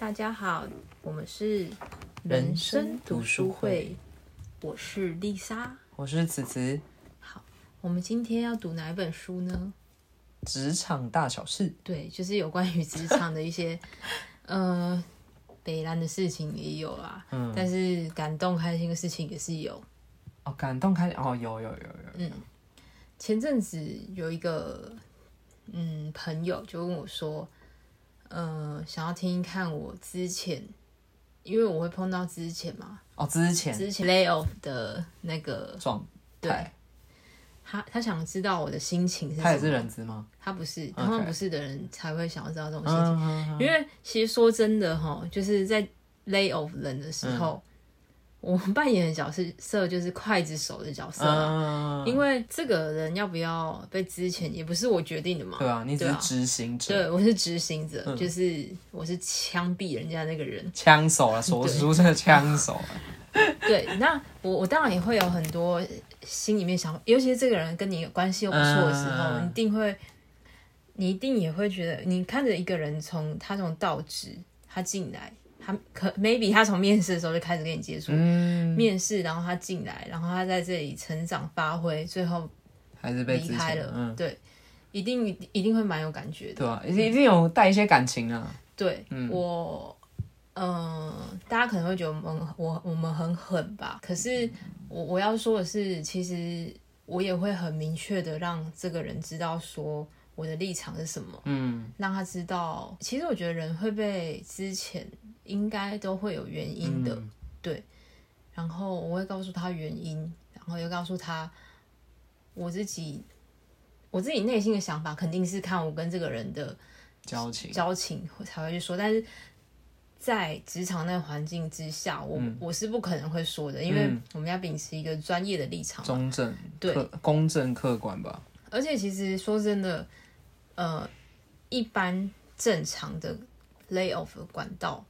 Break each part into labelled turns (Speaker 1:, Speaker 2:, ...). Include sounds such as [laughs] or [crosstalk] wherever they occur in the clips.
Speaker 1: 大家好，我们是
Speaker 2: 人生读书会，
Speaker 1: 我是丽莎。
Speaker 2: 我是子子，
Speaker 1: 我们今天要读哪一本书呢？
Speaker 2: 职场大小事，
Speaker 1: 对，就是有关于职场的一些 [laughs] 呃北兰的事情也有啊，
Speaker 2: 嗯，
Speaker 1: 但是感动开心的事情也是有。
Speaker 2: 哦，感动开，哦，有有有有，
Speaker 1: 嗯，前阵子有一个嗯朋友就问我说，呃，想要听一看我之前，因为我会碰到之前嘛，
Speaker 2: 哦，之前
Speaker 1: 之前 lay off 的那个
Speaker 2: 状态，
Speaker 1: 他他想知道我的心情是什么。
Speaker 2: 他也是人资吗？
Speaker 1: 他不是，
Speaker 2: OK
Speaker 1: 他们不是的人才会想要知道这种事情。
Speaker 2: 嗯，
Speaker 1: 因为其实说真的哈，就是在 lay off 人的时
Speaker 2: 嗯
Speaker 1: 候，我们扮演的角色就是刽子手的角色啊。
Speaker 2: 嗯，
Speaker 1: 因为这个人要不要被之前也不是我决定的嘛。
Speaker 2: 对啊，你只
Speaker 1: 对
Speaker 2: 是
Speaker 1: 啊
Speaker 2: 执行者，
Speaker 1: 对，我是执行者，
Speaker 2: 嗯
Speaker 1: 就是我是枪毙人家那个人。
Speaker 2: 枪手啊，手
Speaker 1: 对
Speaker 2: 俗称的枪手啊，
Speaker 1: 对，那我我当然也会有很多心里面想法，尤其是这个人跟你关系又不错的时候，
Speaker 2: 嗯
Speaker 1: 你一定会，你一定也会觉得，你看着一个人从他从到职，他进来，他可 maybe 他从面试的时候就开始跟你接触，
Speaker 2: 嗯，
Speaker 1: 面试，然后他进来，然后他在这里成长发挥，最后
Speaker 2: 还是被
Speaker 1: 离
Speaker 2: 之
Speaker 1: 开
Speaker 2: 前，
Speaker 1: 了，
Speaker 2: 嗯，
Speaker 1: 对，一定一定会蛮有感觉的。
Speaker 2: 对啊，一定一定有带一些感情啊，
Speaker 1: 对、
Speaker 2: 嗯
Speaker 1: 我，嗯、大家可能会觉得我们我我们很狠吧，可是
Speaker 2: 嗯
Speaker 1: 我我要说的是，其实我也会很明确的让这个人知道说我的立场是什么，
Speaker 2: 嗯
Speaker 1: 让他知道，其实我觉得人会被之前应该都会有原因的，
Speaker 2: 嗯
Speaker 1: 然后我会告诉他原因，然后又告诉他我自己。我自己内心的想法肯定是看我跟这个人的
Speaker 2: 交情，
Speaker 1: 交情我才会去说，但是在职场那个环境之下，我、
Speaker 2: 嗯
Speaker 1: 我是不可能会说的，因为
Speaker 2: 嗯
Speaker 1: 我们要秉持一个专业的立场嘛。
Speaker 2: 中正，
Speaker 1: 对
Speaker 2: 客，公正客观吧，
Speaker 1: 而且其实说真的，呃，一般正常的 lay off 的管道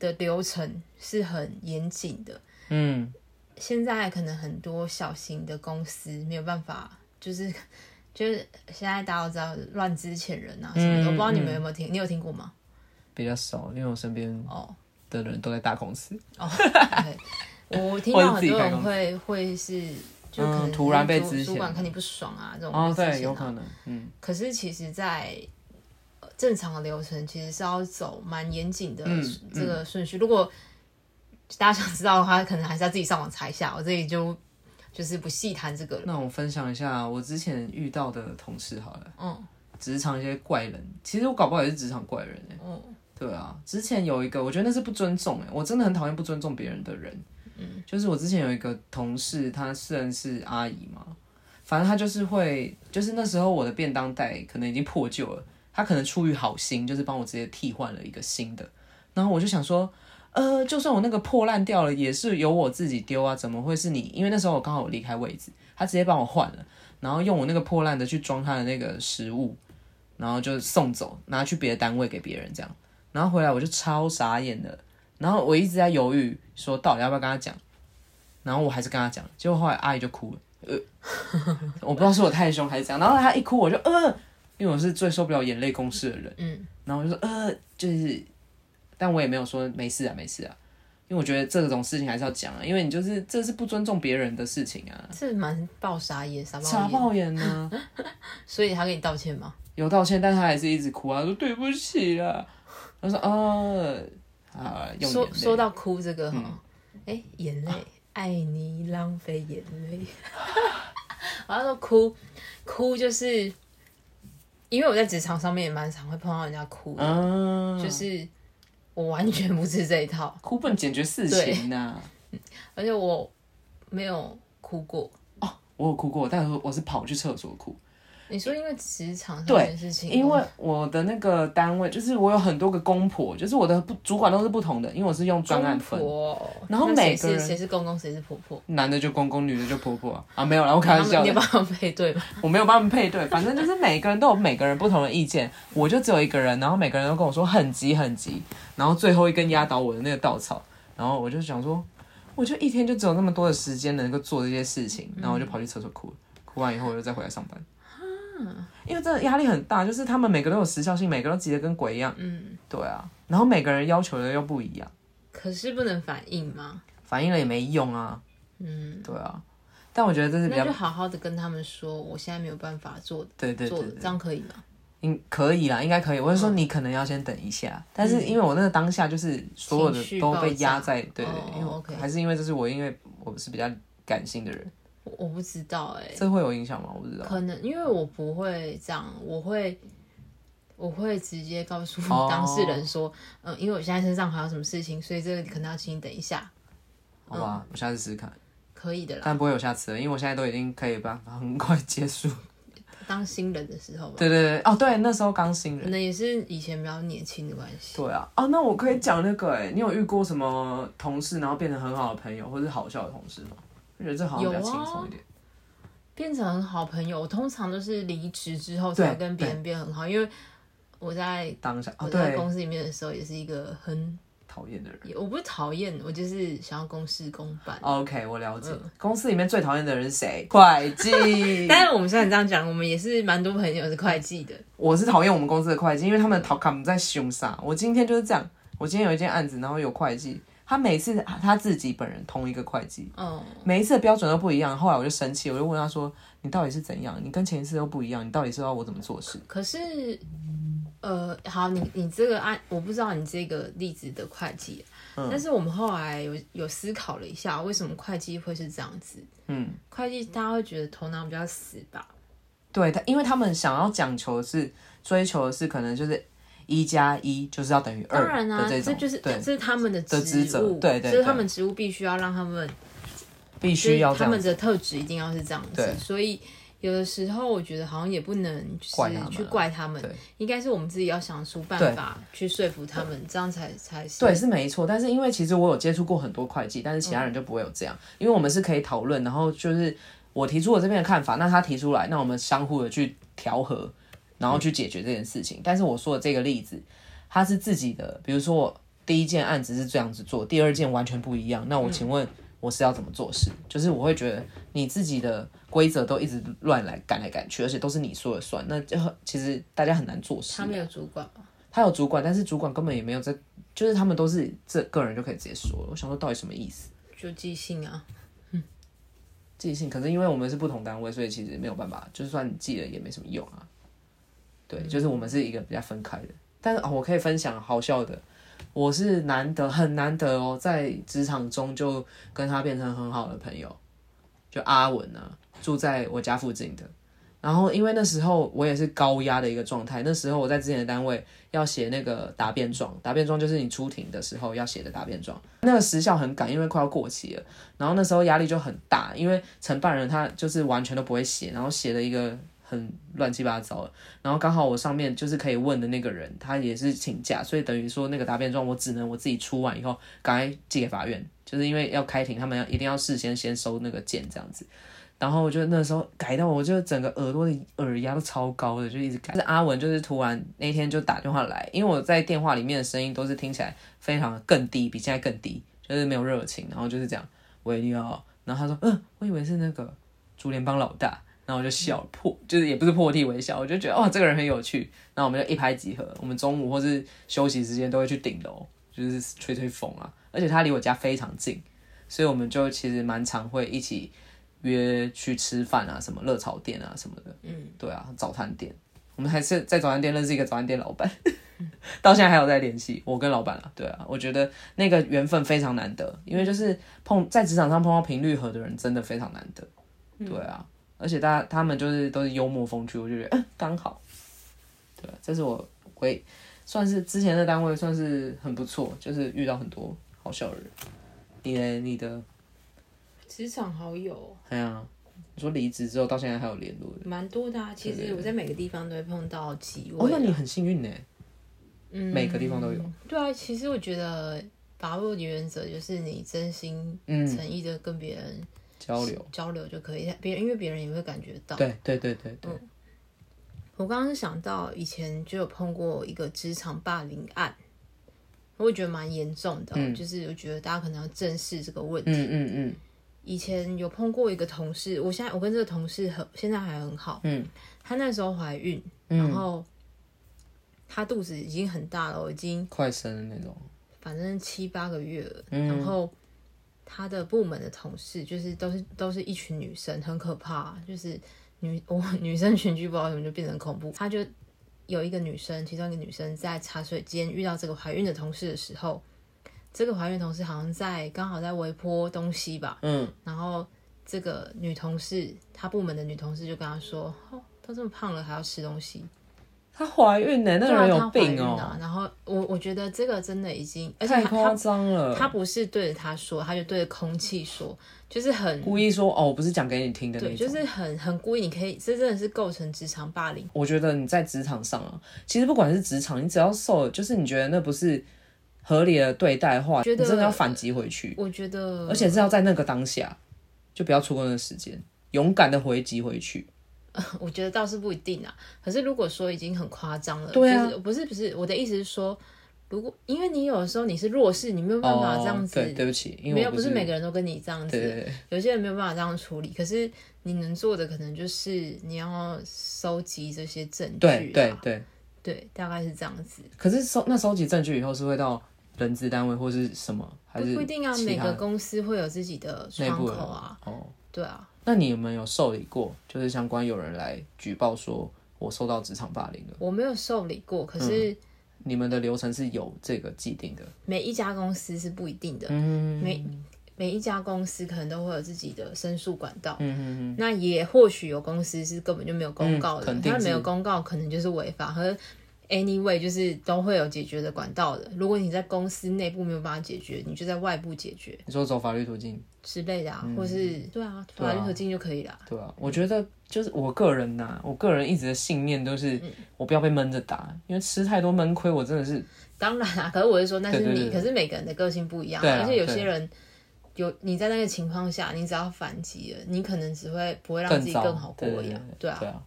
Speaker 1: 的流程是很严谨的，
Speaker 2: 嗯，
Speaker 1: 现在可能很多小型的公司没有办法，就是。 [laughs] 就是现在大家都知道乱之前人啊什么的，
Speaker 2: 嗯
Speaker 1: 我不知道你们有没有听，你有听过吗？
Speaker 2: 比较少，因为我身边
Speaker 1: 哦、
Speaker 2: 的人都在大公司，
Speaker 1: 对，我听到很多人会会是，就可能
Speaker 2: 嗯突然被
Speaker 1: 主
Speaker 2: 之前
Speaker 1: 主管看你不爽啊这种
Speaker 2: 哦，
Speaker 1: 被之
Speaker 2: 对，
Speaker 1: 前啊
Speaker 2: 有可能，嗯
Speaker 1: 可是其实在，呃正常的流程其实是要走蛮严谨的
Speaker 2: 嗯
Speaker 1: 这个顺序。如果大家想知道的话，可能还是要自己上网查一下。我这里就就是不细谈这个了。
Speaker 2: 那我分享一下我之前遇到的同事好了，
Speaker 1: 嗯
Speaker 2: 职场一些怪人，其实我搞不好也是职场怪人哎、
Speaker 1: 嗯
Speaker 2: 对啊，之前有一个，我觉得那是不尊重哎、我真的很讨厌不尊重别人的人。嗯，就是我之前有一个同事，她虽然是阿姨嘛，反正她就是会，就是那时候我的便当袋可能已经破旧了，她可能出于好心，就是帮我直接替换了一个新的。然后我就想说，呃，就算我那个破烂掉了，也是由我自己丢啊，怎么会是你？因为那时候我刚好有离开位置，她直接帮我换了，然后用我那个破烂的去装她的那个食物，然后就送走，拿去别的单位给别人这样。然后回来我就超傻眼的，然后我一直在犹豫说到底要不要跟他讲，然后我还是跟他讲，结果后来阿姨就哭了，呃， [laughs] 我不知道是我太凶还是怎样，然后她一哭我就呃，因为我是最受不了眼泪攻势的人，
Speaker 1: 嗯，
Speaker 2: 然后我就说呃，就是，但我也没有说没事啊没事啊，因为我觉得这种事情还是要讲啊，因为你就是这是不尊重别人的事情啊，
Speaker 1: 是蛮爆傻眼，傻
Speaker 2: 傻
Speaker 1: 爆眼。
Speaker 2: 爆眼
Speaker 1: [laughs]
Speaker 2: 呢、
Speaker 1: 所以他跟你道歉吗？
Speaker 2: 有道歉，但他还是一直哭啊，说对不起啦，我说呃，啊，用眼
Speaker 1: 说
Speaker 2: 泪嗯啊
Speaker 1: 说到哭这个哈，哎、眼泪，爱你浪费眼泪。 [laughs] 我要说哭，哭就是因为我在职场上面也蛮常会碰到人家哭的，
Speaker 2: 啊，
Speaker 1: 就是我完全不是这一套，
Speaker 2: 哭不能解决事情呐、
Speaker 1: 而且我没有哭过。
Speaker 2: 我有哭过，但是我是跑去厕所哭，
Speaker 1: 你说因为职场上
Speaker 2: 对
Speaker 1: 的事情，
Speaker 2: 因为我的那个单位就是我有很多个公婆，就是我的不主管都是不同的，因为我是用专案
Speaker 1: 公
Speaker 2: 分，
Speaker 1: 婆，
Speaker 2: 然后
Speaker 1: 那谁
Speaker 2: 每个
Speaker 1: 是
Speaker 2: 人
Speaker 1: 谁是公公，谁是婆婆，
Speaker 2: 男的就公公，女的就婆婆啊，啊没有啦，我开
Speaker 1: 他
Speaker 2: 玩笑
Speaker 1: 们你
Speaker 2: 的
Speaker 1: 有，帮他们配对吗？
Speaker 2: 我没有帮他们配对，反正就是每个人都有每个人不同的意见，我就只有一个人，然后每个人都跟我说很急很急，然后最后一根压倒我的那个稻草，然后我就想说，我就一天就只有那么多的时间能够做这些事情，然后我就跑去厕所哭了，哭完以后我就再回来上班。因为真的压力很大，就是他们每个都有时效性，每个都急得跟鬼一样。
Speaker 1: 嗯，
Speaker 2: 对啊，然后每个人要求的又不一样，
Speaker 1: 可是不能反应吗？
Speaker 2: 反应了也没用啊。
Speaker 1: 嗯，
Speaker 2: 对啊，但我觉得这是比
Speaker 1: 那就
Speaker 2: 较
Speaker 1: 好好的跟他们说，我现在没有办法做
Speaker 2: 对对
Speaker 1: 做
Speaker 2: 对
Speaker 1: 的，
Speaker 2: 对，
Speaker 1: 这样可以吗？
Speaker 2: 应可以啦，应该可以。我是
Speaker 1: 嗯
Speaker 2: 说你可能要先等一下，但是因为我那个当下就是所有
Speaker 1: 情
Speaker 2: 的
Speaker 1: 绪
Speaker 2: 都被
Speaker 1: 爆炸
Speaker 2: 压在，对对
Speaker 1: 哦
Speaker 2: 对，因为我
Speaker 1: OK
Speaker 2: 还是因为这是我，因为我是比较感性的人，
Speaker 1: 我我不知道哎、哦
Speaker 2: 这会有影响吗？我不知道。
Speaker 1: 可能因为我不会这样，我会我会直接告诉
Speaker 2: 哦
Speaker 1: 当事人说，嗯，因为我现在身上还有什么事情，所以这个可能要请你等一下，
Speaker 2: 好吧，我下次试试看，
Speaker 1: 可以的啦。
Speaker 2: 但不会有下次了，因为我现在都已经可以办法很快
Speaker 1: [laughs]
Speaker 2: 结束。
Speaker 1: 当新人的时候吧，
Speaker 2: 对对对，哦呃对，那时候刚新人
Speaker 1: 可。能也是以前比较年轻的关系。
Speaker 2: 对啊，哦，那我可以讲那个哎、你有遇过什么同事，然后变成很好的朋友，或是好笑的同事吗？我觉得这好像比较
Speaker 1: 有啊
Speaker 2: 轻松一点。
Speaker 1: 变成很好朋友，我通常都是离职之后才
Speaker 2: 对
Speaker 1: 跟别人变很好，因为我在
Speaker 2: 当下啊，
Speaker 1: 我在
Speaker 2: 对，
Speaker 1: 公司里面的时候也是一个很，
Speaker 2: 讨厌的人。
Speaker 1: 也我不是讨厌，我就是想要公事公办。
Speaker 2: OK，我了解。公司里面最讨厌的人是谁？ [laughs] 会计。
Speaker 1: 嗯但是我们虽然这样讲，我们也是蛮多朋友是会计的，
Speaker 2: 我是讨厌我们公司的会计，因为他们的 t a l k 在凶杀。我今天就是这样，我今天有一件案子，然后有会计，他每次啊他自己本人同一个会计，
Speaker 1: 嗯，
Speaker 2: 每一次的标准都不一样。后来我就生气，我就问他说：“你到底是怎样？你跟前一次都不一样，你到底是要我怎么做事
Speaker 1: 可是，呃，好，你你这个案，我不知道你这个例子的会计，
Speaker 2: 嗯
Speaker 1: 但是我们后来有有思考了一下，为什么会计会是这样子？？”
Speaker 2: 嗯，
Speaker 1: 会计大家会觉得头脑比较死吧？
Speaker 2: 对他，因为他们想要讲求的是追求的是可能就是一加一就是要等于
Speaker 1: 当
Speaker 2: 二
Speaker 1: 然啊，这
Speaker 2: 的种，
Speaker 1: 就是
Speaker 2: 对
Speaker 1: 这，是他们的职
Speaker 2: 的职责
Speaker 1: 务，
Speaker 2: 对对
Speaker 1: 就是
Speaker 2: 对
Speaker 1: 他们职务必须要让他们，
Speaker 2: 必
Speaker 1: 就是
Speaker 2: 须要这
Speaker 1: 他
Speaker 2: 样
Speaker 1: 们
Speaker 2: 子。
Speaker 1: 的特质一定要是这样子
Speaker 2: 对，
Speaker 1: 所以。有的时候我觉得好像也不能就
Speaker 2: 怪他们啊
Speaker 1: 是去怪他们，
Speaker 2: 对
Speaker 1: 应该是我们自己要想出办
Speaker 2: 对
Speaker 1: 法去说服他们，这样才才是
Speaker 2: 对，是没错，但是因为其实我有接触过很多会计，但是其他
Speaker 1: 嗯
Speaker 2: 人就不会有这样，因为我们是可以讨论，然后就是我提出我这边的看法，那他提出来，那我们相互的去调和，然后去
Speaker 1: 嗯
Speaker 2: 解决这件事情。但是我说的这个例子，他是自己的，比如说我第一件案子是这样子做，第二件完全不一样，那我
Speaker 1: 嗯
Speaker 2: 请问我是要怎么做事？就是我会觉得你自己的规则都一直乱来赶来赶去，而且都是你说了算，那就很其实大家很难做事
Speaker 1: 他。们有主管嘛。
Speaker 2: 他有主管，但是主管根本也没有在，就是他们都是这个人就可以直接说了。我想说到底什么意思？
Speaker 1: 就即兴啊，
Speaker 2: 寄信，可是因为我们是不同单位，所以其实没有办法，就算你寄了也没什么用啊。对，就是我们是一个比较分开的。但是、哦、我可以分享好笑的，我是难得很难得哦，在职场中就跟他变成很好的朋友，就阿文啊，住在我家附近的。然后因为那时候我也是高压的一个状态，那时候我在之前的单位要写那个答辩状，答辩状就是你出庭的时候要写的答辩状，那个时效很赶，因为快要过期了。然后那时候压力就很大，因为承办人他就是完全都不会写，然后写了一个很乱七八糟的。然后刚好我上面就是可以问的那个人，他也是请假，所以等于说那个答辩状我只能我自己出完以后，赶快寄给法院，就是因为要开庭，他们要一定要事先先收那个件这样子。然后我就那时候改到，我就整个耳朵的耳压都超高的，就一直改。但是阿文就是突然那天就打电话来，因为我在电话里面的声音都是听起来非常更低，比现在更低，就是没有热情，然后就是这样。维尼奥。然后他说，嗯，我以为是那个竹联帮老大。然后我就笑破，就是也不是破涕为笑，我就觉得哇，哦这个人很有趣。然后我们就一拍即合，我们中午或是休息时间都会去顶楼，就是吹吹风啊。而且他离我家非常近，所以我们就其实蛮常会一起约去吃饭啊，什么热炒店啊什么的。嗯，对啊，早餐店，我们还是在早餐店认识一个早餐店老板， [laughs] 到现在还有在联系。我跟老板啊，对啊，我觉得那个缘分非常难得，因为就是碰在职场上碰到频率合的人真的非常难得，对啊，而且大家他们就是都是幽默风趣，我就觉得 [laughs] 嗯刚好，对啊，这是我会算是之前的单位算是很不错，就是遇到很多好笑的人。你呢？你的
Speaker 1: 职场好友
Speaker 2: 哎呀、你说离职之后到现在还有联络的，
Speaker 1: 蛮多的、啊。其实我在每个地方都会碰到几
Speaker 2: 哦，
Speaker 1: 位，
Speaker 2: 那你很幸运呢，
Speaker 1: 嗯
Speaker 2: 每个地方都有。
Speaker 1: 对啊，其实我觉得把握的原则就是你真心
Speaker 2: 嗯，
Speaker 1: 诚意的跟别人
Speaker 2: 交流，
Speaker 1: 交流就可以，别人因为别人也会感觉到。
Speaker 2: 对对对对对，
Speaker 1: 我刚刚想到以前就有碰过一个职场霸凌案，我也觉得蛮严重的哦、就是我觉得大家可能要正视这个问题。
Speaker 2: 嗯嗯嗯，
Speaker 1: 以前有碰过一个同事，我现在我跟这个同事很现在还很好，
Speaker 2: 嗯，
Speaker 1: 她那时候怀孕，然后她肚子已经很大了，已经
Speaker 2: 快生的那种，
Speaker 1: 反正七八个月了，
Speaker 2: 嗯
Speaker 1: 然后她的部门的同事就是都是都是一群女生，很可怕，就是女 [laughs] 我女生群聚不知道怎么就变成恐怖，她就有一个女生，其中一个女生在茶水间遇到这个怀孕的同事的时候，这个怀孕的同事好像在刚好在微波东西吧，
Speaker 2: 嗯，
Speaker 1: 然后这个女同事，她部门的女同事就跟她说：“哦，都这么胖了还要吃东西，
Speaker 2: 她怀孕呢、那
Speaker 1: 对啊
Speaker 2: 人
Speaker 1: 她怀
Speaker 2: 有病
Speaker 1: 孕
Speaker 2: 哦、
Speaker 1: 啊。”然后我我觉得这个真的已经，而且
Speaker 2: 太
Speaker 1: 她
Speaker 2: 夸
Speaker 1: 她
Speaker 2: 张了。
Speaker 1: 她不是对着她说，她就对着空气说，就是很
Speaker 2: 故意说哦，我不是讲给你听的那
Speaker 1: 对，
Speaker 2: 种。
Speaker 1: 就是很很故意。你可以，这真的是构成职场霸凌。
Speaker 2: 我觉得你在职场上啊，其实不管是职场，你只要瘦了，就是你觉得那不是合理的对待的话，
Speaker 1: 觉
Speaker 2: 你
Speaker 1: 得
Speaker 2: 真的要反击回去，
Speaker 1: 我觉得，
Speaker 2: 而且是要在那个当下，就不要错过那个时间，勇敢的回击回去。
Speaker 1: [laughs] 我觉得倒是不一定啊。可是如果说已经很夸张了，
Speaker 2: 对啊
Speaker 1: 就是不是不是，我的意思是说，如果因为你有的时候你是弱势，你没有办法这样子。
Speaker 2: 哦、对，对不起，因为
Speaker 1: 没有，
Speaker 2: 我
Speaker 1: 不
Speaker 2: 是
Speaker 1: 是每个人都跟你这样子，
Speaker 2: 对对对，
Speaker 1: 有些人没有办法这样处理，可是你能做的可能就是你要收集这些证据、啊，
Speaker 2: 对对对。
Speaker 1: 对大概是这样子，
Speaker 2: 可是收那收集证据以后是会到人资单位或是什么，还
Speaker 1: 不
Speaker 2: 是
Speaker 1: 不一定啊，
Speaker 2: 其
Speaker 1: 每
Speaker 2: 他
Speaker 1: 个公司会有自己的
Speaker 2: 内
Speaker 1: 窗
Speaker 2: 部
Speaker 1: 口
Speaker 2: 人
Speaker 1: 啊，
Speaker 2: 哦。
Speaker 1: 对啊，
Speaker 2: 那你有没有受理过？就是相关有人来举报说我受到职场霸凌了，
Speaker 1: 我没有受理过，可
Speaker 2: 嗯
Speaker 1: 是
Speaker 2: 你们的流程是有这个既定的。
Speaker 1: 每一家公司是不一定的，
Speaker 2: 嗯
Speaker 1: 每每一家公司可能都会有自己的申诉管道。
Speaker 2: 嗯嗯
Speaker 1: 那也或许有公司是根本就没有公告
Speaker 2: 嗯
Speaker 1: 的，
Speaker 2: 肯定
Speaker 1: 他
Speaker 2: 是
Speaker 1: 没有公告可能就是违法，和 anyway 就是都会有解决的管道的。如果你在公司内部没有办法解决，你就在外部解决
Speaker 2: 你说走法律途径，
Speaker 1: 之类的啊，或是对啊，
Speaker 2: 嗯对
Speaker 1: 法
Speaker 2: 啊
Speaker 1: 律途径就可以了。
Speaker 2: 对吧、我觉得就是我个人呐、我个人一直的信念都是
Speaker 1: 嗯
Speaker 2: 我不要被闷着打，因为吃太多闷亏，我真的是
Speaker 1: 当然 [laughs] 啊，可是我是说那是你，
Speaker 2: 对对对对
Speaker 1: 可是每个人的个性不一样，
Speaker 2: 对啊
Speaker 1: 而且有些人。有你在那个情况下，你只要反击了，你可能只会不会让自己
Speaker 2: 糟。
Speaker 1: 更好过
Speaker 2: 对对
Speaker 1: 一
Speaker 2: 对
Speaker 1: 样，对啊，
Speaker 2: 对啊，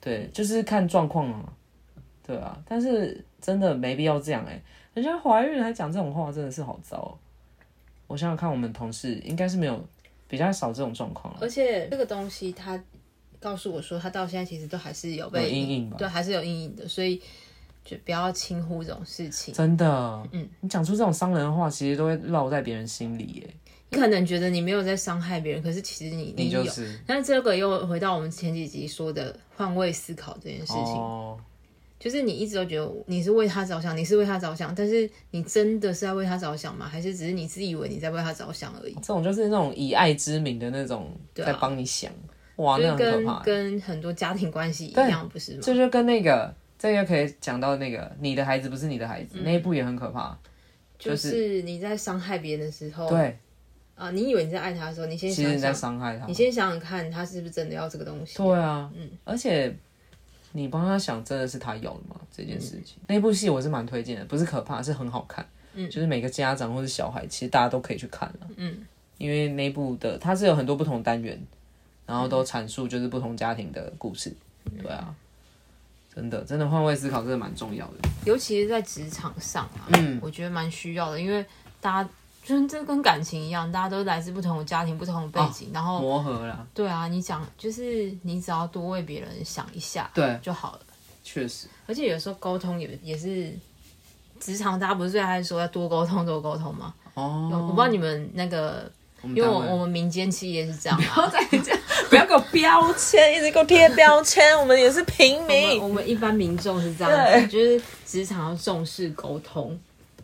Speaker 2: 对，就是看状况啊，对啊。但是真的没必要这样哎、人家怀孕还讲这种话，真的是好糟哦、我想想看，我们同事应该是没有比较少这种状况了，啊
Speaker 1: 而且这个东西，他告诉我说，他到现在其实都还是有
Speaker 2: 有
Speaker 1: 被
Speaker 2: 阴影吧
Speaker 1: 对，还是有阴影的，所以就不要轻忽这种事情。
Speaker 2: 真的。
Speaker 1: 嗯，
Speaker 2: 你讲出这种伤人的话，其实都会烙在别人心里耶、
Speaker 1: 你可能觉得你没有在伤害别人，可是其实你
Speaker 2: 你就
Speaker 1: 有。
Speaker 2: 是
Speaker 1: 但这个又回到我们前几集说的换位思考这件事情，
Speaker 2: 哦
Speaker 1: 就是你一直都觉得你是为他着想，你是为他着想，但是你真的是在为他着想吗？还是只是你自以为你在为他着想而已？
Speaker 2: 这种就是那种以爱之名的那种，
Speaker 1: 对啊
Speaker 2: 在帮你想，哇，
Speaker 1: 就
Speaker 2: 那
Speaker 1: 是
Speaker 2: 很可
Speaker 1: 跟
Speaker 2: 怕。
Speaker 1: 跟很多家庭关系一样，不是吗？
Speaker 2: 这就跟那个，这个可以讲到那个，你的孩子不是你的孩
Speaker 1: 嗯
Speaker 2: 子，那一部也很可怕。
Speaker 1: 就
Speaker 2: 就是
Speaker 1: 是你在伤害别人的时候，
Speaker 2: 对，
Speaker 1: 啊，你以为你在爱他的时候，你先
Speaker 2: 其
Speaker 1: 想
Speaker 2: 实你在
Speaker 1: 哦想，
Speaker 2: 伤害他
Speaker 1: 你。先想想看，他是不是真的要这个东西？
Speaker 2: 对啊，
Speaker 1: 嗯
Speaker 2: 而且你帮他想，真的是他要的吗？这件事情，那部戏我是蛮推荐的，不是可怕，是很好看。
Speaker 1: 嗯
Speaker 2: 就是每个家长或是小孩，其实大家都可以去看了。
Speaker 1: 嗯，
Speaker 2: 因为那部的它是有很多不同单元，然后都阐述就是不同家庭的故事。
Speaker 1: 嗯
Speaker 2: 对啊，真的真的换位思考真的蛮重要的。
Speaker 1: 尤其是在职场上啊，嗯，我觉得蛮需要的，因为大家就是这跟感情一样，大家都来自不同的家庭、不同的背
Speaker 2: 哦
Speaker 1: 景，然后
Speaker 2: 磨合啦，
Speaker 1: 对啊，你讲就是你只要多为别人想一下
Speaker 2: 对，
Speaker 1: 就好了，
Speaker 2: 确实，
Speaker 1: 而且有时候沟通也也是。职场大家不是最爱说要多沟通多沟通吗？
Speaker 2: 哦，
Speaker 1: 我不知道你们那个，
Speaker 2: 我们
Speaker 1: 因为
Speaker 2: 单
Speaker 1: 我
Speaker 2: 位
Speaker 1: 我们民间企业是这样
Speaker 2: [laughs]
Speaker 1: 啊，
Speaker 2: 不要给我标签，一直给我贴标签，我们也是平
Speaker 1: 我们我们一般民众是这样子，就是职场要重视沟通，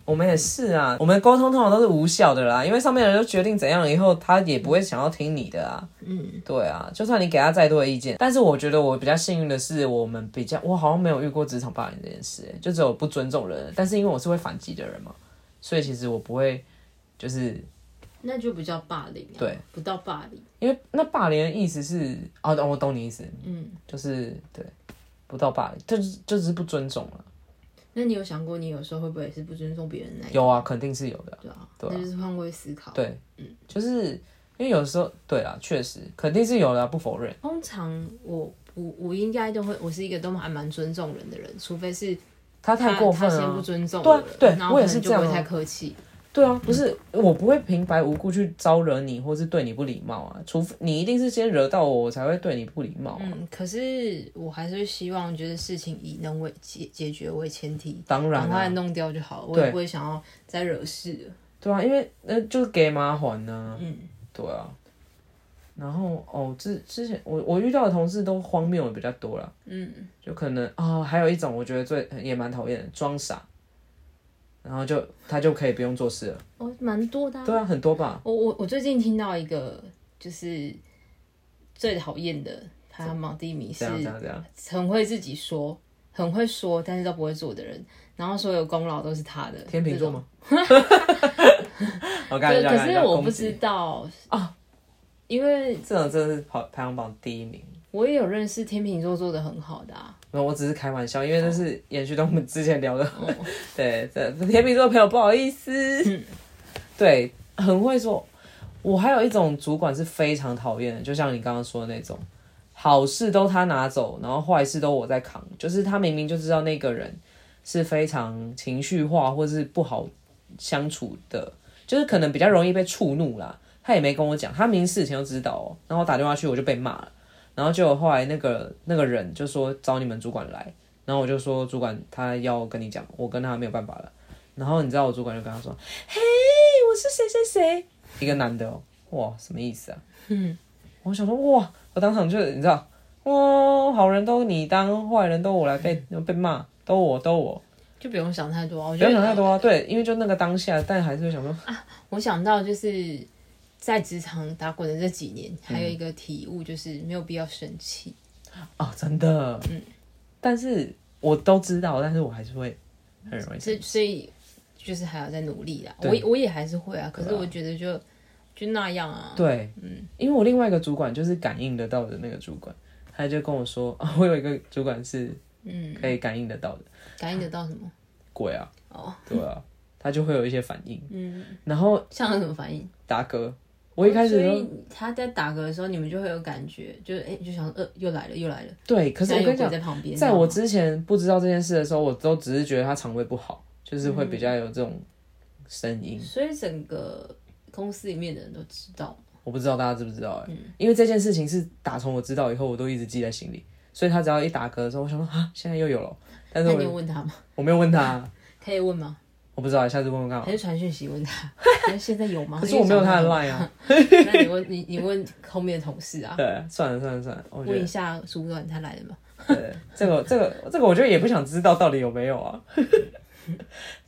Speaker 2: 我们也是啊，我们沟通通常都是无效的啦，因为上面的人都决定怎样，以后他也不会想要听你的啊。
Speaker 1: 嗯，
Speaker 2: 对啊，就算你给他再多的意见，但是我觉得我比较幸运的是，我们比较我好像没有遇过职场霸凌这件事、欸就只有不尊重人，但是因为我是会反击的人嘛，所以其实我不会就是
Speaker 1: 那就不叫霸凌、啊，
Speaker 2: 对，
Speaker 1: 不到霸凌，
Speaker 2: 因为那霸凌的意思是啊，懂我懂你意思，
Speaker 1: 嗯，
Speaker 2: 就是对，不到霸凌，就是就只是不尊重啊了。
Speaker 1: 那你有想过你有时候会不会也是不尊重别人那一
Speaker 2: 有啊，肯定是有的啊。
Speaker 1: 对啊，
Speaker 2: 对啊
Speaker 1: 那就是换位思考，，
Speaker 2: 对，就是因为有时候，对啦，确实肯定是有的啊，不否认。
Speaker 1: 通常我我我应该都会，我是一个都还蛮尊重人的人，除非是
Speaker 2: 他太过分
Speaker 1: 他先
Speaker 2: 了
Speaker 1: 不、尊重
Speaker 2: 对啊
Speaker 1: 我了
Speaker 2: 对
Speaker 1: 然后
Speaker 2: 我也
Speaker 1: 可能
Speaker 2: 是
Speaker 1: 就
Speaker 2: 这样
Speaker 1: 不会
Speaker 2: 啊
Speaker 1: 太客气，
Speaker 2: 对啊，不是我不会平白无故去招惹你，或是对你不礼貌啊。除非你一定是先惹到我，我才会对你不礼貌啊。
Speaker 1: 嗯，可是我还是希望，就是事情以能为解解决为前提，
Speaker 2: 当然
Speaker 1: 赶快
Speaker 2: 啊，
Speaker 1: 弄掉就好了。我
Speaker 2: 对
Speaker 1: 也不会想要再惹事了。
Speaker 2: 对啊，因为那、就是给麻烦呢、
Speaker 1: 嗯，
Speaker 2: 对啊。然后哦，之之前我我遇到的同事都荒谬的比较多啦，
Speaker 1: 嗯，
Speaker 2: 就可能哦，还有一种我觉得最也蛮讨厌的，装傻，然后就他就可以不用做事了。
Speaker 1: 哦，蛮多的、啊。
Speaker 2: 对啊，很多吧。
Speaker 1: 我我我最近听到一个，就是最讨厌的排行榜第一名是
Speaker 2: 这样这样这样，
Speaker 1: 很会自己说，很会说，但是都不会做的人，然后所有功劳都是他的。
Speaker 2: 天秤座吗？ [laughs] 我看一
Speaker 1: 对，
Speaker 2: 下，
Speaker 1: 可
Speaker 2: 看一
Speaker 1: 是
Speaker 2: 下
Speaker 1: 我
Speaker 2: 攻
Speaker 1: 不
Speaker 2: 击
Speaker 1: 知道啊，因为
Speaker 2: 这种真的是排排行榜第一名。
Speaker 1: 我也有认识天秤座做的很好的啊。
Speaker 2: 那我只是开玩笑，因为这是延续到我们之前聊的。 [laughs] 对，这这天秤座朋友不好意思。 [laughs] 对，很会说。我还有一种主管是非常讨厌的，就像你刚刚说的那种，好事都他拿走，然后坏事都我在扛。就是他明明就知道那个人是非常情绪化或是不好相处的，就是可能比较容易被触怒啦。他也没跟我讲，他明明事情都知道哦、然后我打电话去我就被骂了。然后结果后来那个那个人就说找你们主管来，然后我就说主管他要跟你讲，我跟他没有办法了。然后你知道我主管就跟他说：“嘿，我是谁谁谁，一个男的哦，哇，什么意思啊？”嗯，我想说哇，我当场就你知道，哇，好人都你当，坏人都我来被被骂，都我都我，
Speaker 1: 就不用想太多啊，我
Speaker 2: 不
Speaker 1: 觉
Speaker 2: 要
Speaker 1: 得
Speaker 2: 想太多啊。对，因为就那个当下，但还是会想说，
Speaker 1: 我想到就是在职场打滚的这几
Speaker 2: 嗯
Speaker 1: 年，还有一个体悟就是没有必要生气。
Speaker 2: 哦，真的，嗯，但是我都知道，但是我还是会很容易生
Speaker 1: 所
Speaker 2: 气
Speaker 1: 以所以就是还要再努力啦。
Speaker 2: 对
Speaker 1: 我也我也还是会啊，可是
Speaker 2: 对啊
Speaker 1: 我觉得就就那样啊。
Speaker 2: 对，嗯，因为我另外一个主管就是感应得到的那个主管，他就跟我说， [laughs] 啊，我有一个主管是
Speaker 1: 嗯，
Speaker 2: 可以感应得到的，
Speaker 1: 感应得到什么？
Speaker 2: 鬼啊，
Speaker 1: 哦，
Speaker 2: 对啊，他就会有一些反应，
Speaker 1: 嗯，
Speaker 2: 然后
Speaker 1: [laughs] 像有什么反应？
Speaker 2: 达哥，我一开始
Speaker 1: 所
Speaker 2: 说
Speaker 1: 以他在打嗝的时候，你们就会有感觉，就是哎、就想呃，又来了，又来了。
Speaker 2: 对，可是我
Speaker 1: 现在有哦
Speaker 2: 跟
Speaker 1: 鬼
Speaker 2: 你讲，
Speaker 1: 在旁边，
Speaker 2: 在我
Speaker 1: 知道吗
Speaker 2: 之前不知道这件事的时候，我都只是觉得他肠胃不好，就是会比较有这种声音，
Speaker 1: 所以整个公司里面的人都知道。
Speaker 2: 我不知道大家知不知道、欸，
Speaker 1: 嗯
Speaker 2: 因为这件事情是打从我知道以后，我都一直记在心里，所以他只要一打嗝的时候，我想说啊，现在又有了，但是
Speaker 1: 那你有
Speaker 2: 我
Speaker 1: 问他吗？
Speaker 2: 我没有问他，啊
Speaker 1: 可以问吗？
Speaker 2: 我不知道，下次问问看好了
Speaker 1: 还是传讯息问
Speaker 2: [laughs]
Speaker 1: 他？现在有吗？
Speaker 2: 可是我没有他的
Speaker 1: 因为
Speaker 2: line 啊。
Speaker 1: 想 [laughs] 说那你问你你问后面的同事啊，
Speaker 2: 对，算了算了算了， [laughs] 我觉
Speaker 1: 问一
Speaker 2: 得
Speaker 1: 下主管他来了吗？
Speaker 2: 对这个这个这个，我觉得也不想知道到底有没有啊。 [laughs]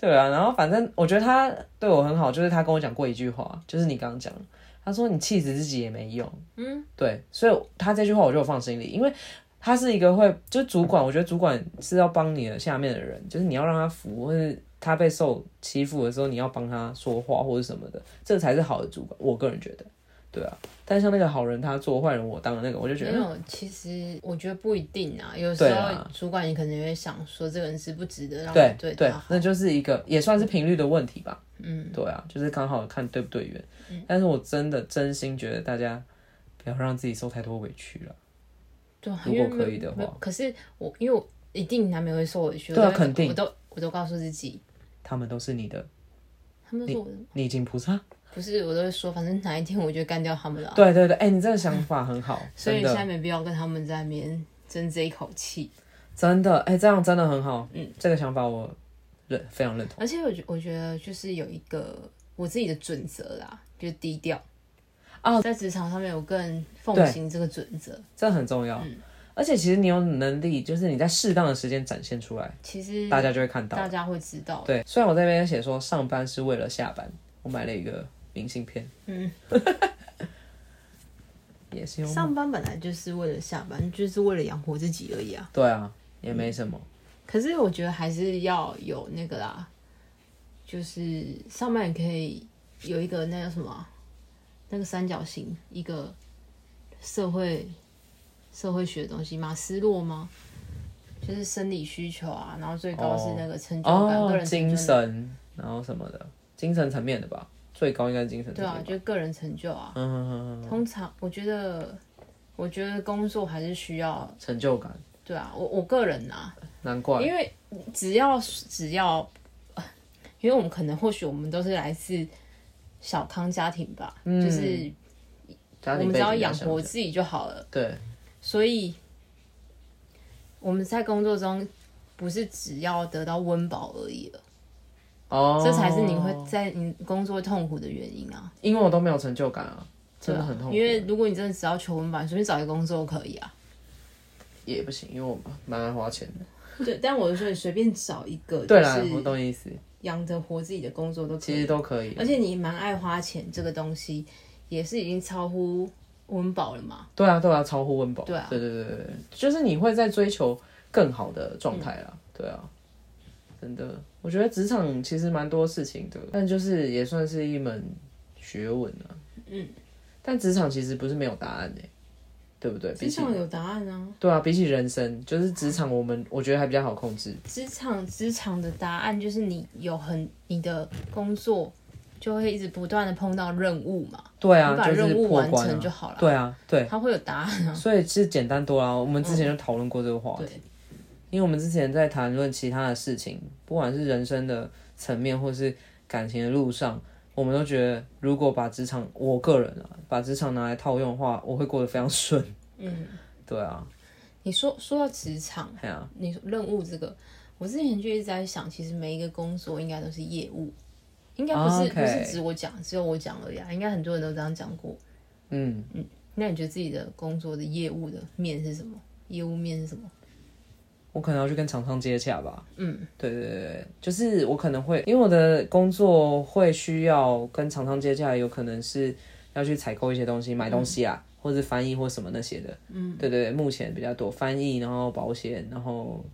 Speaker 2: 对啊，然后反正我觉得他对我很好，就是他跟我讲过一句话，就是你刚刚讲的，他说你气死自己也没用。
Speaker 1: 嗯，
Speaker 2: 对，所以他这句话我就有放心里，因为他是一个会，就是主管，我觉得主管是要帮你的下面的人，就是你要让他服，或是他被受欺负的时候，你要帮他说话或者什么的，这才是好的主管。我个人觉得，对啊。但像那个好人他做坏人，我当的那个，我就觉
Speaker 1: 没
Speaker 2: 得
Speaker 1: 有，其实我觉得不一定啊。有时
Speaker 2: 对
Speaker 1: 候
Speaker 2: 啊
Speaker 1: 主管你可能也会想说，这个人值不值得让
Speaker 2: 对
Speaker 1: 你对
Speaker 2: 对
Speaker 1: 他，好
Speaker 2: 那？就是一个也算是频率的问题吧。
Speaker 1: 嗯，
Speaker 2: 对啊，就是刚好看对不对缘。但是我真的真心觉得大家不要让自己受太多委屈了。
Speaker 1: 对啊，
Speaker 2: 如
Speaker 1: 因为
Speaker 2: 果
Speaker 1: 没
Speaker 2: 可以的
Speaker 1: 没有
Speaker 2: 话
Speaker 1: 可是我因为我一定难免会受委屈，
Speaker 2: 对啊
Speaker 1: 我都
Speaker 2: 肯定
Speaker 1: 我都我都告诉自己，
Speaker 2: 他们都是你的
Speaker 1: 他们都说我的
Speaker 2: 逆境菩萨。
Speaker 1: 不嗯是，啊我都会说，反正哪一天我就干掉他们了啊。
Speaker 2: 对对对，哎、你这个想法很好，
Speaker 1: [laughs] 所以
Speaker 2: 真
Speaker 1: 你现在
Speaker 2: 的
Speaker 1: 没必要跟他们在那边争这一口气。
Speaker 2: 真的，哎、这样真的很好。嗯，这个想法我认非常认同。
Speaker 1: 而且我觉我觉得就是有一个我自己的准则啦，就是低调。
Speaker 2: 哦，
Speaker 1: 在职场上面，我更奉行这个准则。
Speaker 2: 这很重要。
Speaker 1: 嗯
Speaker 2: 而且其实你有能力，就是你在适当的时间展现出来，
Speaker 1: 其实
Speaker 2: 大家就会看到。
Speaker 1: 大家会知道，
Speaker 2: 对，虽然我在那边写说上班是为了下班，我买了一个明信片，
Speaker 1: 嗯，
Speaker 2: [laughs] 也是用
Speaker 1: 上班本来就是为了下班，就是为了养活自己而已啊。
Speaker 2: 对啊，也没什么。
Speaker 1: 可是我觉得还是要有那个啦，就是上班也可以有一个那叫什么啊那个三角形，一个社会社会学的东西嘛，失落吗？就是生理需求啊，然后最高是那个成就感，个
Speaker 2: 哦，
Speaker 1: 人成
Speaker 2: 精
Speaker 1: 就，
Speaker 2: 神，然后什么的，精神层面的吧，最高应该是精神层
Speaker 1: 对啊
Speaker 2: 面。，
Speaker 1: 就个人成就啊。
Speaker 2: 嗯哼哼哼，
Speaker 1: 通常我觉得，我觉得工作还是需要，
Speaker 2: 嗯成就感，
Speaker 1: 对啊，我我个人啊，
Speaker 2: 难怪。
Speaker 1: 因为只要只要，因为我们可能或许我们都是来自小康家庭吧，
Speaker 3: 嗯
Speaker 1: 就是
Speaker 2: 家
Speaker 1: 我
Speaker 2: 庭
Speaker 1: 们
Speaker 2: 背
Speaker 1: 只要
Speaker 2: 景要
Speaker 1: 养
Speaker 2: 想
Speaker 1: 活
Speaker 2: 想
Speaker 1: 自己就好了。
Speaker 2: 对，
Speaker 1: 所以我们在工作中不是只要得到温饱而已了，
Speaker 2: 哦，
Speaker 1: 这才是你会在你工作痛苦的原因啊。
Speaker 3: 因为我都没有成就感啊，
Speaker 1: 对
Speaker 3: 真
Speaker 1: 啊
Speaker 3: 的很痛苦。欸
Speaker 1: 因为如果你真的只要求温饱，你随便找一个工作都可以啊。
Speaker 2: 也不行，因为我蛮爱花钱的。
Speaker 1: 对，但我是说你随便找一个，
Speaker 2: 对啦，我懂意思，
Speaker 1: 养着活自己的工作都可
Speaker 2: 其实
Speaker 1: 以。
Speaker 2: 都可以
Speaker 1: 而。且你蛮爱花钱这个东西，也是已经超乎温饱了嘛。
Speaker 2: 对啊，对啊，超乎温饱。
Speaker 1: 对啊
Speaker 2: 对对对对对，就是你会在追求更好的状态
Speaker 1: 嗯
Speaker 2: 啦。对啊，真的，我觉得职场其实蛮多事情的，但就是也算是一门学问啊。
Speaker 1: 嗯，
Speaker 2: 但职场其实不是没有答案的、欸对不对？
Speaker 1: 职
Speaker 2: 比起
Speaker 1: 场哦有答案啊，
Speaker 2: 对啊，比起人生，就是职场，我们我觉得还比较好控制。
Speaker 1: 职场职场的答案就是你有很你的工作就会一直不断的碰到任务嘛，
Speaker 2: 对啊，
Speaker 1: 你把
Speaker 2: 就是
Speaker 1: 任务
Speaker 2: 破
Speaker 1: 完
Speaker 2: 关、
Speaker 1: 成就
Speaker 2: 啊。
Speaker 1: 好了。
Speaker 2: 对啊，对，
Speaker 1: 它会有答案 [laughs] 啊。
Speaker 2: 所以其实简单多啦。我们之前就讨论过这个话题。
Speaker 1: 嗯对，
Speaker 2: 因为我们之前在谈论其他的事情，不管是人生的层面，或是感情的路上，我们都觉得，如果把职场，我个人啊，把职场拿来套用的话，我会过得非常顺。
Speaker 1: 嗯，
Speaker 2: [laughs] 对啊，
Speaker 1: 你说说到职场，
Speaker 2: 哎呀、
Speaker 1: 你说任务这个，我之前就一直在想，其实每一个工作应该都是业务，应该不是
Speaker 2: 啊 OK
Speaker 1: 不是指我讲，只有我讲而已啊，应该很多人都这样讲过。
Speaker 2: 嗯，
Speaker 1: 那你觉得自己的工作的业务的面是什么？业务面是什么？
Speaker 2: 我可能要去跟厂商接洽吧。
Speaker 1: 嗯，
Speaker 2: 对对对对，就是我可能会，因为我的工作会需要跟厂商接洽，有可能是要去采购一些东西，买东西啊，或者翻译或什么那些的。嗯，对对对，目前比较多翻译，然后保险，然后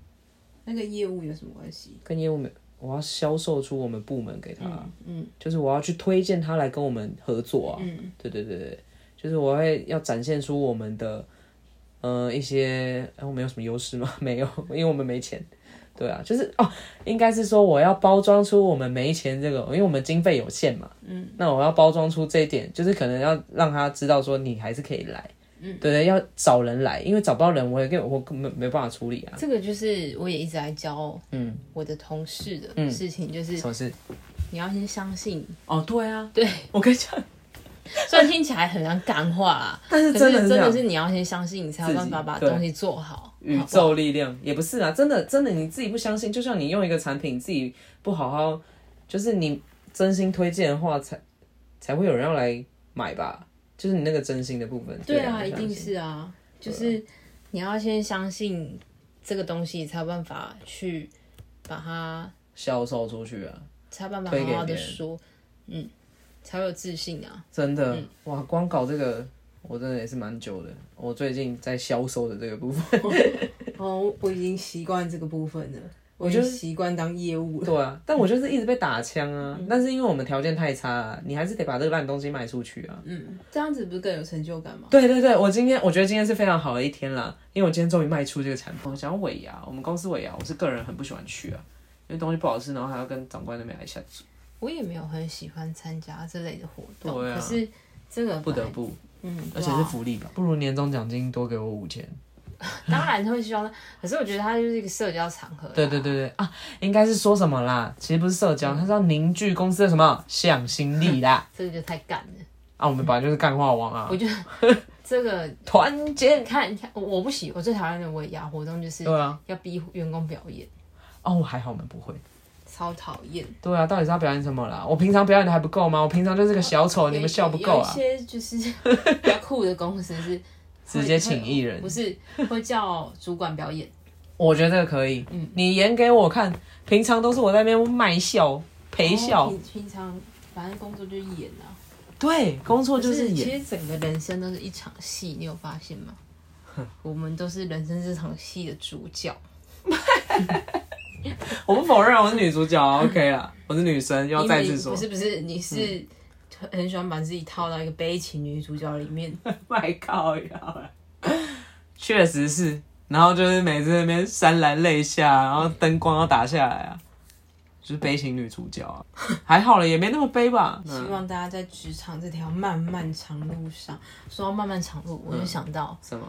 Speaker 1: 那个业务有什么关系？
Speaker 2: 跟业务没，我要销售出我们部门给他，
Speaker 1: 嗯
Speaker 2: 就是我要去推荐他来跟我们合作啊。
Speaker 1: 嗯
Speaker 2: 对对对对，就是我会要展现出我们的，呃，一些，哎、我们有什么优势吗？ [laughs] 没有，因为我们没钱。对啊，就是哦，应该是说我要包装出我们没钱这个，因为我们经费有限嘛。嗯，那我要包装出这一点，就是可能要让他知道说你还是可以来。嗯，对对，要找人来，因为找不到人，我也跟我根本没办法处理啊。
Speaker 1: 这个就是我也一直在教
Speaker 2: 嗯，
Speaker 1: 我的同事的
Speaker 2: 嗯
Speaker 1: 事情，就是
Speaker 2: 什么事？
Speaker 1: 你要先相信。
Speaker 2: 哦，对啊，
Speaker 1: 对， [laughs]
Speaker 2: 我跟你讲，
Speaker 1: 虽然听起来很像干话啦，
Speaker 2: 但是
Speaker 1: 可
Speaker 2: 真的
Speaker 1: 是
Speaker 2: 这
Speaker 1: 真的
Speaker 2: 样
Speaker 1: 是你要先相信，你才有
Speaker 2: 自
Speaker 1: 办
Speaker 2: 己
Speaker 1: 法把
Speaker 2: 对嗯
Speaker 1: 东西做好。
Speaker 2: 宇
Speaker 1: 好不好
Speaker 2: 宙力量也不是啊，真的真的你自己不相信，就像你用一个产品自己不好好，就是你真心推荐的话才，才会有人要来买吧，就是你那个真心的部分。
Speaker 1: 对啊，
Speaker 2: 你
Speaker 1: 一
Speaker 2: 相信
Speaker 1: 定是啊，就是你要先相信这个东西，才有办法去把它，
Speaker 2: 销售出去啊，
Speaker 1: 才有办法
Speaker 2: 推给
Speaker 1: 好好的
Speaker 2: 别人
Speaker 1: 说，嗯，才会有自信啊。
Speaker 2: 真的、哇，光搞这个我真的也是蛮久的，我最近在销售的这个部分。 [laughs]
Speaker 1: 哦，我已经习惯这个部分了，
Speaker 2: 我已经
Speaker 1: 习惯当业务了。
Speaker 2: 对啊，但我就是一直被打枪啊，但是因为我们条件太差、啊，你还是得把这个烂东西卖出去啊。
Speaker 1: 嗯，这样子不是更有成就感吗？
Speaker 2: 对对对，我今天我觉得今天是非常好的一天啦，因为我今天终于卖出这个产品。我哦想要尾牙，我们公司尾牙，我是个人很不喜欢去啊，因为东西不好吃，然后还要跟长官那边来下注。
Speaker 1: 我也没有很喜欢参加这类的活动，
Speaker 2: 对啊
Speaker 1: 可是这个
Speaker 2: 不得
Speaker 1: 本来，
Speaker 2: 不，
Speaker 1: 嗯，
Speaker 2: 而且
Speaker 1: 对啊
Speaker 2: 是福利吧，不如年终奖金多给我五千。
Speaker 1: 啊当然会希望他，可是我觉得它就是一个社交场合啦。
Speaker 2: 对对对对啊，嗯应该是说什么啦？其实不是社交，它是要凝聚公司的什么向心力 [laughs] 啦。
Speaker 1: 这个就太干了。
Speaker 2: 啊，我们本来就是干话王啊
Speaker 1: 我，觉得这个
Speaker 2: [laughs] 团结。
Speaker 1: 看看，我我不喜，我最讨厌的尾牙活动就是
Speaker 2: 对啊，
Speaker 1: 要逼员工表演，
Speaker 2: 哦，我还好我们不会。
Speaker 1: 超讨厌。
Speaker 2: 对啊，到底是要表演什么啦？我平常表演的还不够吗？我平常就是个小丑，你们笑不够啊！
Speaker 1: 有一些就是比较酷的公司是
Speaker 2: 直接请艺人
Speaker 1: 不是会叫主管表演，
Speaker 2: 我觉得这个可以。
Speaker 1: 嗯
Speaker 2: 你演给我看，平常都是我在那边卖笑、陪笑。
Speaker 1: 然后平哦平常反正工作就演啊，
Speaker 2: 对，工作就是
Speaker 1: 可
Speaker 2: 演。
Speaker 1: 其实整个人生都是一场戏，你有发现吗？我们都是人生这场戏的主角。
Speaker 2: 我不否认我是女主角啊，OK 啦，我是女生，要
Speaker 1: 因
Speaker 2: 再
Speaker 1: 为
Speaker 2: 次
Speaker 1: 嗯
Speaker 2: 说嗯
Speaker 1: 不。是不是，你是很喜欢把自己套到一个悲情女主角里面。
Speaker 2: 卖靠腰啊，确实是。然后就是每次那边潸然泪下，然后灯光要打下来啊，就是悲情女主角
Speaker 1: [laughs]
Speaker 2: 啊。还好了，也没那么悲吧。
Speaker 1: 希
Speaker 2: 嗯，
Speaker 1: 望大家在
Speaker 2: 嗯
Speaker 1: 职场这条漫漫长路上，说到漫漫长路，我就想到
Speaker 2: 什么？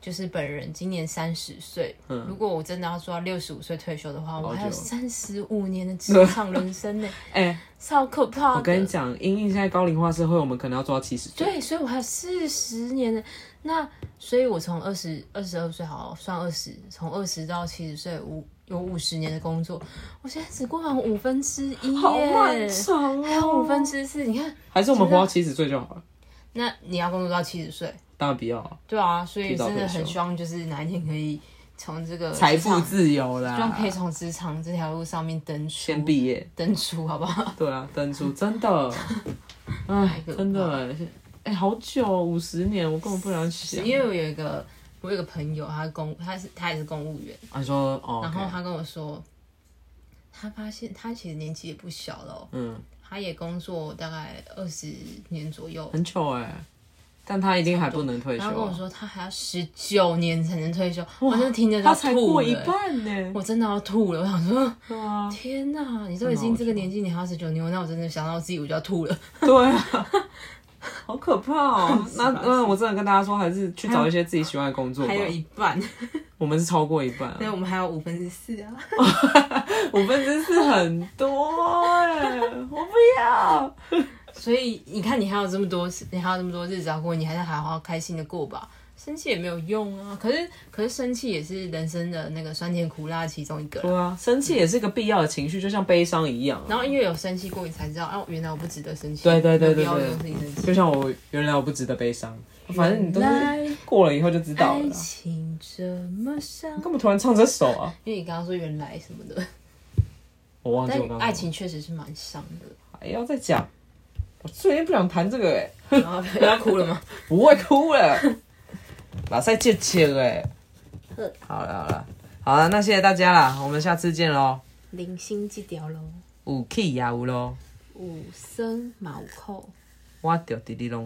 Speaker 1: 就是本人今年三十岁，
Speaker 2: 嗯
Speaker 1: 如果我真的要做到六十五岁退休的话，我还有
Speaker 4: 久
Speaker 1: 三十五年的职场人生
Speaker 2: [laughs]
Speaker 1: 呢，
Speaker 2: 哎、
Speaker 1: 超可怕的。
Speaker 2: 我跟你讲，因应现在高龄化社会，我们可能要做到七十岁。
Speaker 1: 对，所以我还有四十年的那，所以我从二十二十二岁好算二十，从二十到七十岁五有五十年的工作，我现在只过完五分之一
Speaker 2: 好
Speaker 1: 耶
Speaker 2: 漫，长
Speaker 1: 还有
Speaker 2: 哦！
Speaker 1: 五分之四，你看，
Speaker 2: 还是我们活到七十岁就好了？
Speaker 1: 那你要工作到七十岁，
Speaker 2: 当然不要啊，
Speaker 1: 对啊，所以
Speaker 2: 提早
Speaker 1: 真的
Speaker 2: 退休
Speaker 1: 很希望就是哪一天可以从这个
Speaker 2: 财
Speaker 1: 职
Speaker 2: 富
Speaker 1: 场
Speaker 2: 自由
Speaker 1: 呃希望
Speaker 2: 啦
Speaker 1: 可，以从职场这条路上面登出，
Speaker 2: 先毕业。
Speaker 1: 登出好不好？
Speaker 2: 对啊，登出
Speaker 1: [laughs]
Speaker 2: 真的，哎，
Speaker 1: 可怕
Speaker 2: 真的哎，哎，好久哦，五十年，我根本不想想。
Speaker 1: 因为我有一个我有一个朋友，他公他是他也是公务员。
Speaker 2: 啊，你说哦，
Speaker 1: 然后
Speaker 2: OK
Speaker 1: 他跟我说，他发现他其实年纪也不小了哦、
Speaker 2: 嗯，
Speaker 1: 他也工作大概二十年左右。
Speaker 2: 很久哎，但他一定还不能退休
Speaker 1: 然后跟我
Speaker 2: 啊，
Speaker 1: 说他还要十九年才能退休，我真的听着都
Speaker 2: 他才
Speaker 1: 吐
Speaker 2: 过
Speaker 1: 了
Speaker 2: 一
Speaker 1: 欸，
Speaker 2: 半呢。
Speaker 1: 我真的要吐了。我想说，
Speaker 2: 对啊，
Speaker 1: 天哪，你都已经这个年纪，你还要十九年，那我真的想到我自己我就要吐了。
Speaker 2: 对啊。好可怕
Speaker 1: [laughs]
Speaker 2: 哦！那那我真的跟大家说，还是去找一些自己喜欢的工作吧
Speaker 1: 还。有一 [laughs] 半，
Speaker 2: 我们是超过一半啊，
Speaker 1: 所以我们还有五分之四啊。
Speaker 2: 五分之四很多哎，我不要。
Speaker 1: 所以你看，你还有这么多，你还有这么多日子要过，你还是好好开心的过吧。生气也没有用啊，可是可是生气也是人生的那个酸甜苦辣其中一个啦。
Speaker 2: 对啊，生气也是个必要的情绪，就像悲伤一样啊。
Speaker 1: 然后因为有生气过，你才知道，哦，原来我不值得生气。
Speaker 2: 对对对对
Speaker 1: 不要
Speaker 2: 对
Speaker 1: 惹自己生气。
Speaker 2: 就像我原来我不值得悲伤，反正你都
Speaker 1: 原来
Speaker 2: 是过了以后就知道了
Speaker 1: 爱
Speaker 2: 啦。
Speaker 1: 情这么伤，
Speaker 2: 你干嘛突然唱这首啊？
Speaker 1: 因为你刚刚说原来什么的，
Speaker 2: 我忘记
Speaker 1: 但
Speaker 2: 我刚刚
Speaker 1: 爱情确实是蛮伤
Speaker 2: [laughs]
Speaker 1: 的。
Speaker 2: 还要再讲，我最近不想谈这个哎、
Speaker 1: 然后要哭 [laughs] 了吗？
Speaker 2: 不会哭了， [laughs] 马赛借切了哎、好了好了好了，那谢谢大家啦，我们下次见喽，
Speaker 1: 零星这条龙，
Speaker 2: 有气也有咯，
Speaker 1: 五生毛扣。
Speaker 2: 我就滴滴咯。